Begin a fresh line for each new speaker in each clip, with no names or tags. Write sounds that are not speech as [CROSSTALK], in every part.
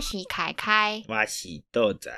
是凯凯，
哇喜豆仔，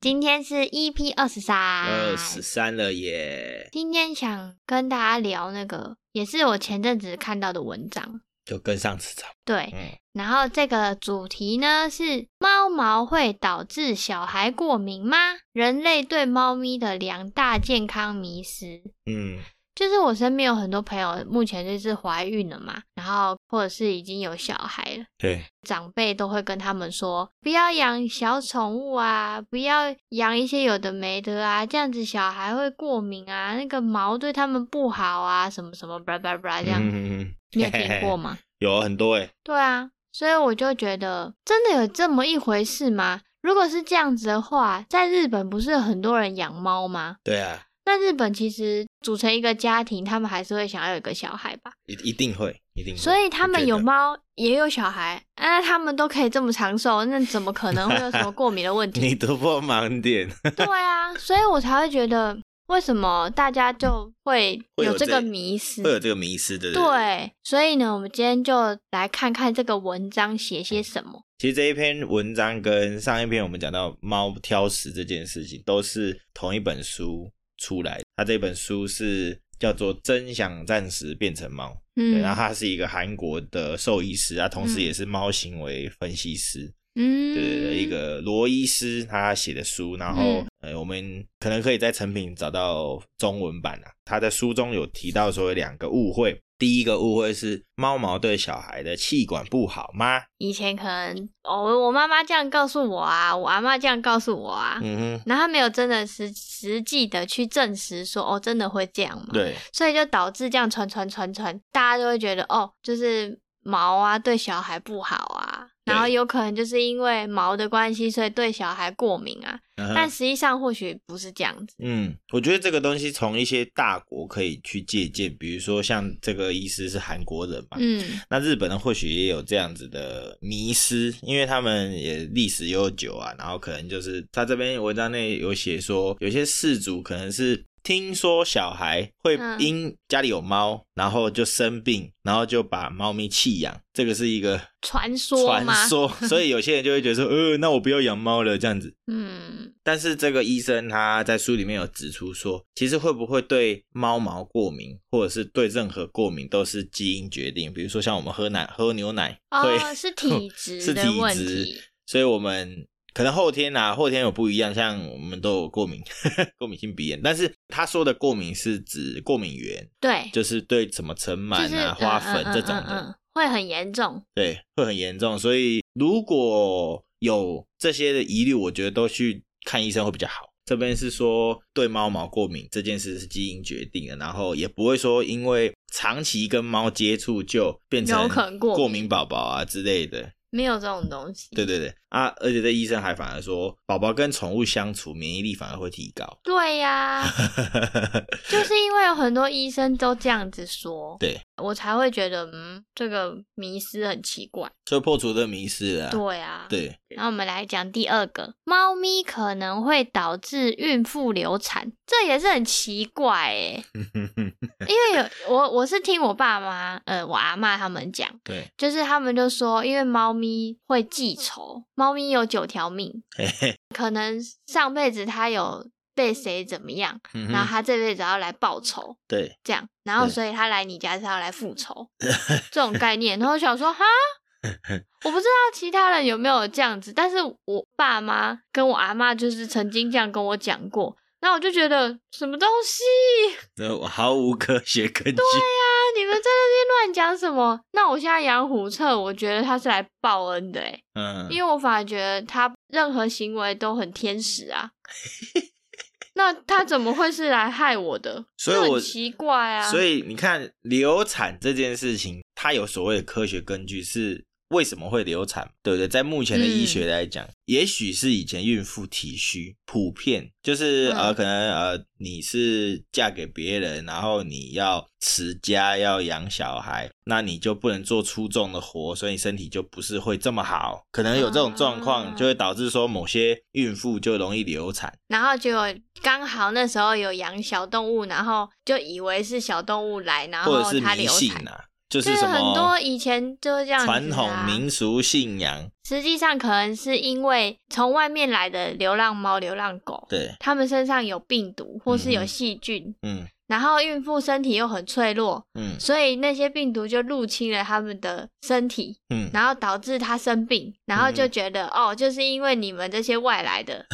今天是 EP 二十三，
二十三了耶，
今天想跟大家聊那个，也是我前阵子看到的文章，
就跟上次差不
对。
多。嗯，
然后这个主题呢是猫毛会导致小孩过敏吗？人类对猫咪的两大健康迷失。
嗯，
就是我身边有很多朋友，目前就是怀孕了嘛，然后或者是已经有小孩了，
对，
长辈都会跟他们说，不要养小宠物啊，不要养一些有的没的啊，这样子小孩会过敏啊，那个毛对他们不好啊，什么什么，巴拉巴拉巴拉这样，
嗯嗯嗯
你有听过吗？
有很多哎，
对啊，所以我就觉得真的有这么一回事吗？如果是这样子的话，在日本不是有很多人养猫吗？
对啊，
那日本其实组成一个家庭，他们还是会想要有一个小孩吧，
一一定会，一定会。
所以他
我
们
觉
有
得？
猫也有小孩，啊，他们都可以这么长寿，那怎么可能会有什么过敏的问题？
[LAUGHS] 你突破盲点，
对啊，所以我才会觉得为什么大家就会
会有
有这
这
个迷失
[LAUGHS] 会。有这个迷失的。
对，所以呢，我们今天就来看看这个文章写些什么。
其实这一篇文章跟上一篇我们讲到猫挑食这件事情，都是同一本书出来的。它这本书是叫做《真想暂时变成猫》，
嗯
对，然后他是一个韩国的兽医师啊，同时
嗯
也是猫行为分析师，
嗯，嗯
对对对，一个罗医师他写的书，然后、呃，我们可能可以在成品找到中文版啊。他在书中有提到说有两个误会，第一个误会是猫毛对小孩的气管不好吗？
以前可能哦，我妈妈这样告诉我啊，我阿妈这样告诉我啊，
嗯哼，
然后他没有真的实实际的去证实说哦，真的会这样嘛？，
对，
所以就导致这样传传传传，大家就会觉得哦，就是毛啊对小孩不好啊，
对
然后有可能就是因为毛的关系，所以对小孩过敏啊，
嗯哼
但实际上或许不是这样子。
嗯，我觉得这个东西从一些大国可以去借鉴，比如说像这个医师是韩国人嘛，
嗯
那日本人或许也有这样子的迷失，因为他们也历史悠久啊，然后可能就是他这边文章内有写说，有些氏族可能是听说小孩会
嗯
因家里有猫，然后就生病，然后就把猫咪弃养，这个是一个
传说
传
吗？
说，所以有些人就会觉得说，呃，那我不要养猫了这样子。 [LAUGHS]
嗯
但是这个医生他在书里面有指出说，其实会不会对猫毛过敏，或者是对任何过敏，都是基因决定。比如说像我们喝奶、喝牛奶会，
哦，
[LAUGHS]
是体质
是
的
体
问
质
题。，
所以我们可能后天啊，后天有不一样，像我们都有过敏， [LAUGHS] 过敏性鼻炎。但是他说的过敏是指过敏源，
对，
就是对什么尘螨
就是
啊、花粉这种的，
嗯嗯嗯嗯嗯会很严重。
对，会很严重。所以如果有这些的疑虑，我觉得都去看医生会比较好。这边是说对猫毛过敏这件事是基因决定的，然后也不会说因为长期跟猫接触就变成
有可能过敏
过敏宝宝啊之类的。
没有这种东西。
对对对啊！而且这医生还反而说，宝宝跟宠物相处，免疫力反而会提高。 [LAUGHS]
对呀、就是因为有很多医生都这样子说，
对，
我才会觉得嗯，这个迷思很奇怪。
所以破除这个迷失了啊、
对啊，。
对，
然后我们来讲第二个，猫咪可能会导致孕妇流产，这也是很奇怪
[LAUGHS]
诶、因为有我我是听我爸妈，呃，我阿妈他们讲，
对， [LAUGHS]
就是他们就说，因为猫咪会记仇，猫咪有九条命，
嘿嘿，
可能上辈子它有被谁怎么样，
嗯
然后
哼
它这辈子要来报仇。
[LAUGHS] 对， [LAUGHS]
这样，然后
对
所以他来你家是要来复
[LAUGHS]
仇这种概念。然后我想说哈，我不知道其他人有没有这样子，但是我爸妈跟我阿妈就是曾经这样跟我讲过，然后我就觉得什么东西
那我毫无科学根据。
啊，你们在那边乱讲什么？那我现在养虎彻，我觉得他是来报恩的诶，
嗯，
啊因为我反而觉得他任何行为都很天使
[LAUGHS]
啊。那他怎么会是来害我的？
所以
就很
我
奇怪啊。
所以你看，流产这件事情，它有所谓的科学根据，是为什么会流产，对不对？在目前的医
嗯
学来讲，也许是以前孕妇体虚，普遍就是、呃，
嗯
可能呃，你是嫁给别人，然后你要持家，要养小孩，那你就不能做出众的活，所以身体就不是会这么好，可能有这种状况，
啊
就会导致说某些孕妇就容易流产。
然后就有刚好那时候有养小动物，然后就以为是小动物来，然后
或者是
它
迷
流
信
产。
啊，就是
就是
什么
很多以前就是这样子啊
传统民俗信仰，
实际上可能是因为从外面来的流浪猫、流浪狗，
对，
它们身上有病毒或是有细菌，
嗯
然后孕妇身体又很脆弱，
嗯
所以那些病毒就入侵了它们的身体，
嗯，
然后导致它生病，然后就
嗯
觉得、哦，就是因为你们这些外来
[LAUGHS]
的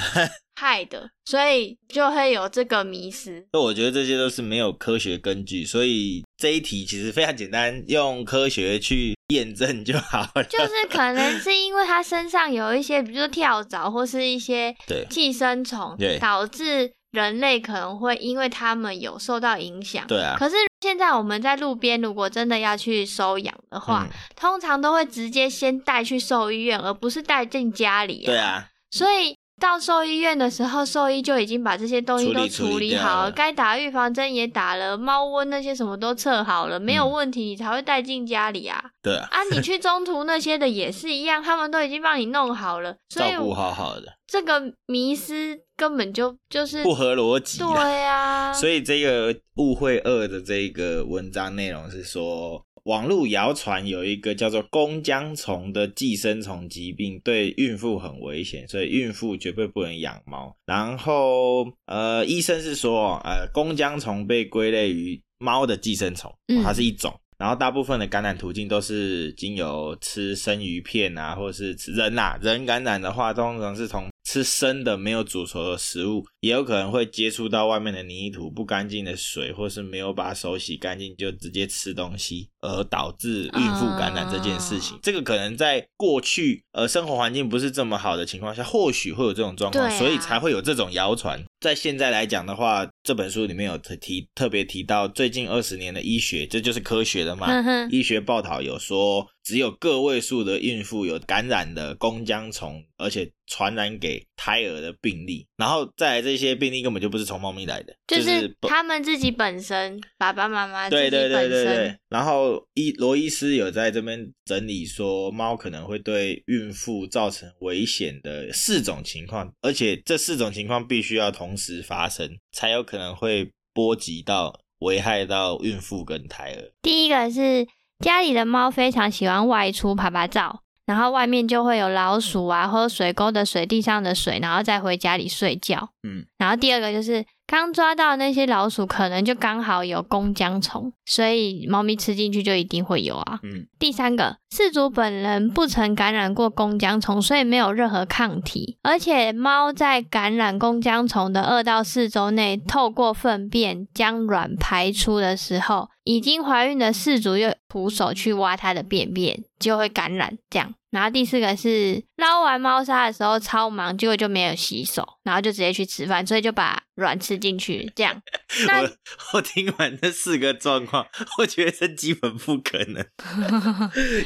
害的，所以就会有这个迷失。
那我觉得这些都是没有科学根据，所以这一题其实非常简单，用科学去验证就好了。
就是可能是因为它身上有一些，比如说跳蚤或是一些
[LAUGHS] 对
寄生虫
对，
导致人类可能会因为它们有受到影响。
对啊，
可是现在我们在路边，如果真的要去收养的话，
嗯
通常都会直接先带去兽医院，而不是带进家里、
对，啊，
所以到兽医院的时候，兽医就已经把这些东西
处理
都
处理
处理
掉
好
了
了，该打预防针也打了，猫瘟那些什么都测好了，没有
嗯
问题，你才会带进家里啊。
对啊，
啊，你去中途那些的也是一样，他们都已经帮你弄好了，所以
照顾好好的，
这个迷失根本就就是
不合逻辑啦。
对啊呀、
所
以
以这个误会二的这个文章内容是说，网络谣传有一个叫做弓浆虫的寄生虫疾病，对孕妇很危险，所以孕妇绝对不能养猫。然后呃，医生是说，呃，弓浆虫被归类于猫的寄生虫，
嗯
它是一种。然后大部分的感染途径都是经由吃生鱼片啊，或者是吃人啊，人感染的话，通常是从吃生的没有煮熟的食物，也有可能会接触到外面的泥土、不干净的水，或是没有把手洗干净就直接吃东西，而导致孕妇感染这件事情。
啊
这个可能在过去呃生活环境不是这么好的情况下，或许会有这种状况，
对啊
所以才会有这种谣传。在现在来讲的话，这本书里面有特提特别提到最近二十年的医学，这就是科学了嘛。
哼哼，
医学报道有说，只有个位数的孕妇有感染的弓浆虫，而且传染给胎儿的病例。然后再来这些病例根本就不是从猫咪来的，
[LAUGHS] 就是是他们自己本身，爸爸妈妈自
对
己
对对
本
对
身
对。然后医罗医师有在这边整理说，猫可能会对孕妇造成危险的四种情况，而且这四种情况必须要同时发生，才有可能会波及到危害到孕妇跟胎儿。
第一个是家里的猫非常喜欢外出爬爬照，然后外面就会有老鼠啊，或者水沟的水、地上的水，然后再回家里睡觉。
嗯，
然后第二个就是刚抓到那些老鼠，可能就刚好有弓浆虫，所以猫咪吃进去就一定会有啊。
嗯，
第三个，饲主本人不曾感染过弓浆虫，所以没有任何抗体。而且猫在感染弓浆虫的二到四周内，透过粪便将卵排出的时候，已经怀孕的饲主又徒手去挖它的便便，就会感染这样。然后第四个是捞完猫砂的时候超忙，结果就没有洗手，然后就直接去吃饭，所以就把卵吃进去这样。那
我我听完这四个状况，我觉得这基本不可
[LAUGHS]
能。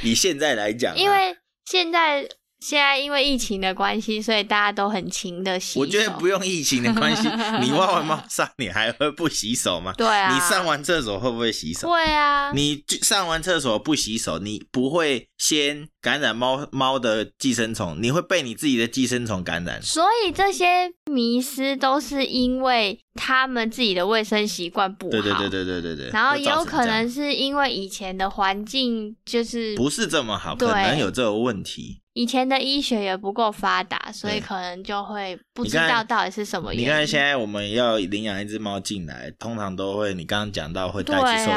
以现在来讲啊、
因为现在现在因为疫情的关系，所以大家都很勤的洗手。
我觉得不用疫情的关系，
[LAUGHS]
你挖完猫砂，你还会不洗手吗？
对啊，
你上完厕所会不会洗手？
会啊，
你就上完厕所不洗手，你不会先感染猫猫的寄生虫，你会被你自己的寄生虫感染。
所以这些迷失都是因为他们自己的卫生习惯不好。
对对对。对对对对。
然后
会
也
造
有可
成这样
能是因为以前的环境，就是
不是这么好，
对
可能有这个问题。
以前的医学也不够发达，所以
对
可能就会不
你
知
看
道到底是什么原
你
因。
看，现在我们要领养一只猫进来，通常都会你刚刚讲到会带
对
去
啊
兽医院，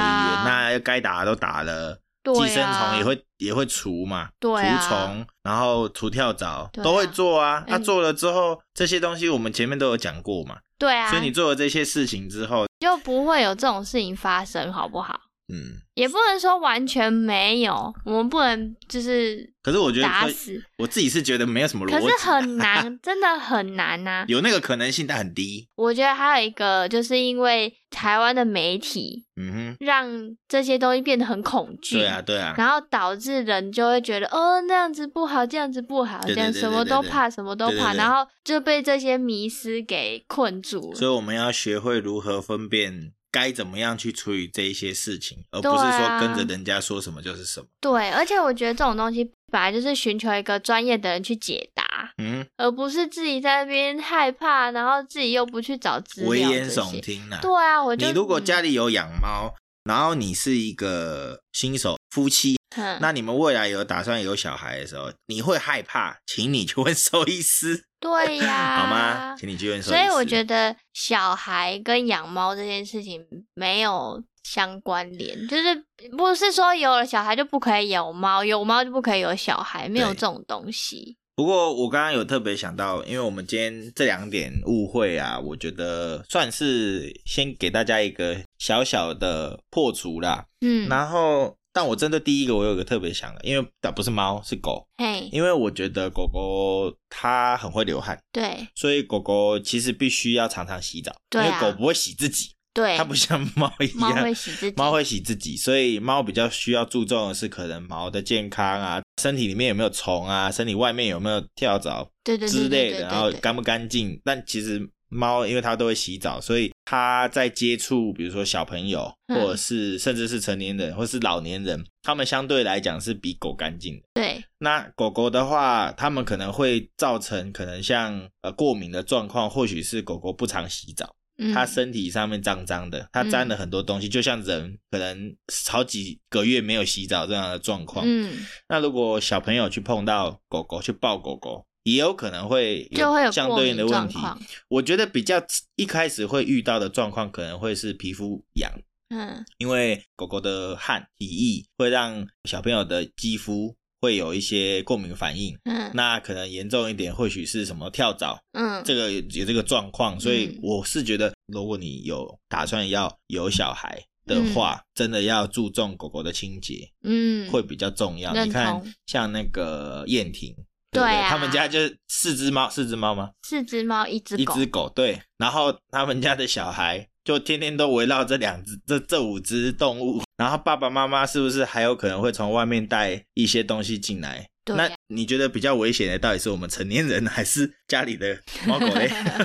那该打的都打了，
对啊
寄生虫也会也会除嘛，
对啊
除虫，然后除跳蚤、
对啊
都会做啊。那、
嗯
做了之后，这些东西我们前面都有讲过嘛，
对啊，
所以你做了这些事情之后，
就不会有这种事情发生，好不好？
嗯，
也不能说完全没有，我们不能就是
可是我觉得
打
可以
死，
我自己是觉得没有什么逻
可
辑，啊
是很难，真的很难啊呐、
有那个可能性，但很低。
我觉得还有一个，就是因为台湾的媒体
嗯哼，
让这些东西变得很恐惧，
对啊，对啊，
然后导致人就会觉得，哦，那样子不好，这样子不好，
对对
这样
对
什么
对
都
对
怕，什么都
对对
怕，
对
然后就被这些迷失给困住
所
了。
以我们要学会如何分辨该怎么样去处理这一些事情，而不是
对
说
啊
跟着人家说什么就是什么。
对，而且我觉得这种东西本来就是寻求一个专业的人去解答，
嗯，
而不是自己在那边害怕，然后自己又不去找资料
危言
这
耸
些。
听啦、啊
啊对啊，我就
你如果
嗯
家里有养猫，然后你是一个新手，夫妻，
嗯，
那你们未来有打算有小孩的时候，你会害怕，请你去问兽医师，
对呀，
好吗？请你去问兽医
所
师。
以我觉得小孩跟养猫这件事情没有相关联，就是不是说有了小孩就不可以有猫，有猫就不可以有小孩，没有
对
这种东西。
不过我刚刚有特别想到，因为我们今天这两点误会啊，我觉得算是先给大家一个小小的破除啦。
嗯，
然后，但我针对第一个，我有个特别想的，因为但不是猫，是狗，
嘿，
因为我觉得狗狗它很会流汗，
对
所以狗狗其实必须要常常洗澡，
对啊
因为狗不会洗自己，
对，
它不像猫一
猫会
样。
洗自己，
猫会洗自己，所以猫比较需要注重的是可能毛的健康啊，身体里面有没有虫啊，身体外面有没有跳蚤
对对
之
对对
类
对
的，
对
然后
对
干不干净。但其实猫因为它都会洗澡，所以它在接触比如说小朋友，或
嗯
者是甚至是成年人，或是老年人，他们相对来讲是比狗干净的。
对
那狗狗的话，它们可能会造成可能像呃过敏的状况，或许是狗狗不常洗澡，
嗯
它身体上面脏脏的，它
嗯
沾了很多东西，就像人可能好几个月没有洗澡这样的状况。
嗯
那如果小朋友去碰到狗狗，去抱狗狗，也有可能会
就会有
相
过敏
对应的问
状
题。
况，
我觉得比较一开始会遇到的状况，可能会是皮肤痒，
嗯
因为狗狗的汗、体液会让小朋友的肌肤会有一些过敏反应。
嗯
那可能严重一点，或许是什么跳蚤，
嗯，
这个有有这个状况，所以
嗯
我是觉得，如果你有打算要有小孩的话，真的要注重狗狗的清洁。
嗯
会比较重要。
认
你看
同，
像那个燕婷，
对
不对？
啊
他们家就是四只猫，四只猫吗？
四只猫一只
一
狗，
只狗，对。然后他们家的小孩就天天都围绕这两只、这这五只动物。然后爸爸妈妈是不是还有可能会从外面带一些东西进来？
对啊
那
呀
你觉得比较危险的到底是我们成年人还是家里的猫狗
[LAUGHS]
嘞？ [LAUGHS]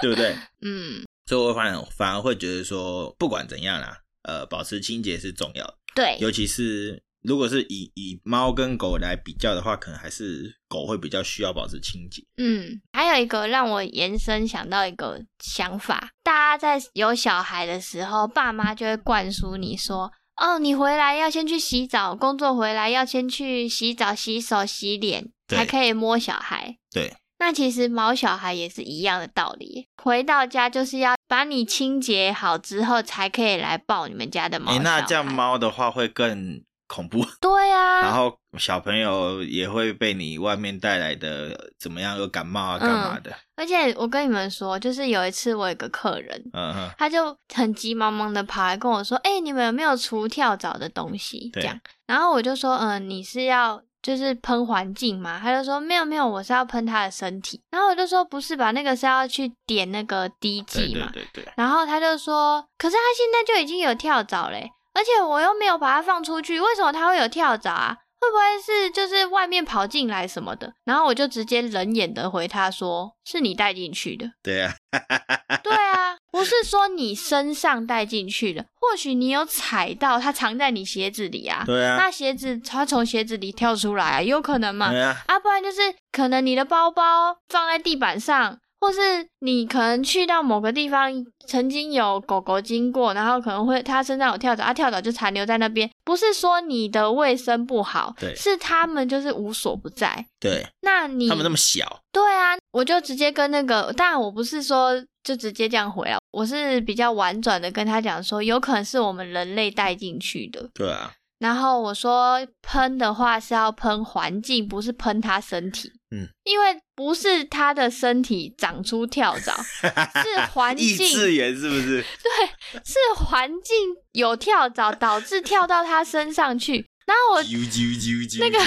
对不对？
嗯
所以我反而反而会觉得说，不管怎样啦，呃，保持清洁是重要的。
对
尤其是如果是以以猫跟狗来比较的话，可能还是狗会比较需要保持清洁。
嗯，还有一个让我延伸想到一个想法，大家在有小孩的时候，爸妈就会灌输你说，哦，你回来要先去洗澡，工作回来要先去洗澡、洗手、洗脸，
对
才可以摸小孩。
对，
那其实毛小孩也是一样的道理，回到家就是要把你清洁好之后，才可以来抱你们家的毛
哎、
小孩。
那这样猫的话会更
[LAUGHS]
恐怖，
对啊，
然后小朋友也会被你外面带来的怎么样，有感冒啊，干嘛的？
而且我跟你们说，就是有一次我有一个客人，
嗯哼，
他就很急忙忙的跑来跟我说：“哎、你们有没有除跳蚤的东西？”这
对
样，然后我就说：“嗯、你是要就是喷环境吗？”他就说：“没有没有，我是要喷他的身体。”然后我就说：“不是吧，那个是要去点那个滴
对
剂
对
嘛。
对对，
然后他就说：“可是他现在就已经有跳蚤嘞，而且我又没有把它放出去，为什么它会有跳蚤啊？会不会是就是外面跑进来什么的？”然后我就直接冷眼的回他说：“是你带进去的。”
对啊，
[LAUGHS] 对啊，不是说你身上带进去的，或许你有踩到，它藏在你鞋子里啊。
对啊
那，鞋子它从鞋子里跳出来、啊，有可能嘛？
对啊，
啊，不然就是可能你的包包放在地板上，或是你可能去到某个地方，曾经有狗狗经过，然后可能会它身上有跳蚤，啊，跳蚤就残留在那边。不是说你的卫生不好，
对
是它们就是无所不在。
对，
那你
他们那么小，
对啊，我就直接跟那个，当然我不是说就直接这样回啊，我是比较婉转的跟他讲说，有可能是我们人类带进去的。
对啊，
然后我说喷的话是要喷环境，不是喷他身体。
嗯，
因为不是他的身体长出跳蚤， [LAUGHS] 是
[LAUGHS]
环境
异次元是不是？
是环境有跳蚤导致跳到他身上去。然后 [LAUGHS] 我
啾啾啾啾，那个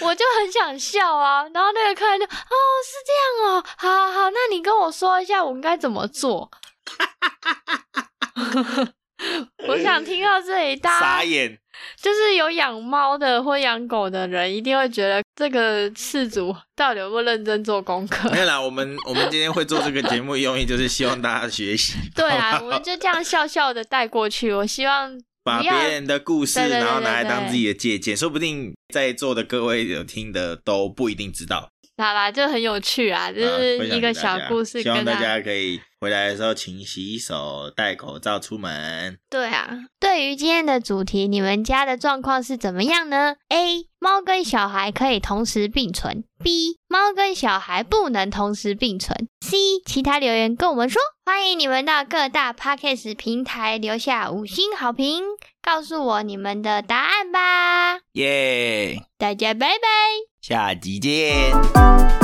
我就很想笑啊，然后那个客人就哦是这样哦，好好好，那你跟我说一下我应该怎么做。 [LAUGHS] 我想听到这里，大
傻
家
眼， [LAUGHS]
就是有养猫的或养狗的人，一定会觉得这个事主到底有没有认真做功课
没？有啦，我们我们今天会做这个节目用意就是希望大家学习，
对
好
啊，
不
我
好
们就这样笑笑的带过去。我希望
把
不
别
要
人的故事，
对对对
然后拿来
对对
当自己的借鉴，说不定在座的各位有听的都不一定知道，
好啦，就很有趣啊，就
啊
是
分享
一
给
个
大
小
家
故事
希望
跟
大家可以回来的时候勤洗手、戴口罩出门。
对啊，对对于今天的主题，你们家的状况是怎么样呢？A. 猫跟小孩可以同时并存。B. 猫跟小孩不能同时并存。C. 其他留言跟我们说。欢迎你们到各大 podcast 平台留下五星好评，告诉我你们的答案吧。
耶、
大家拜拜。
下集见。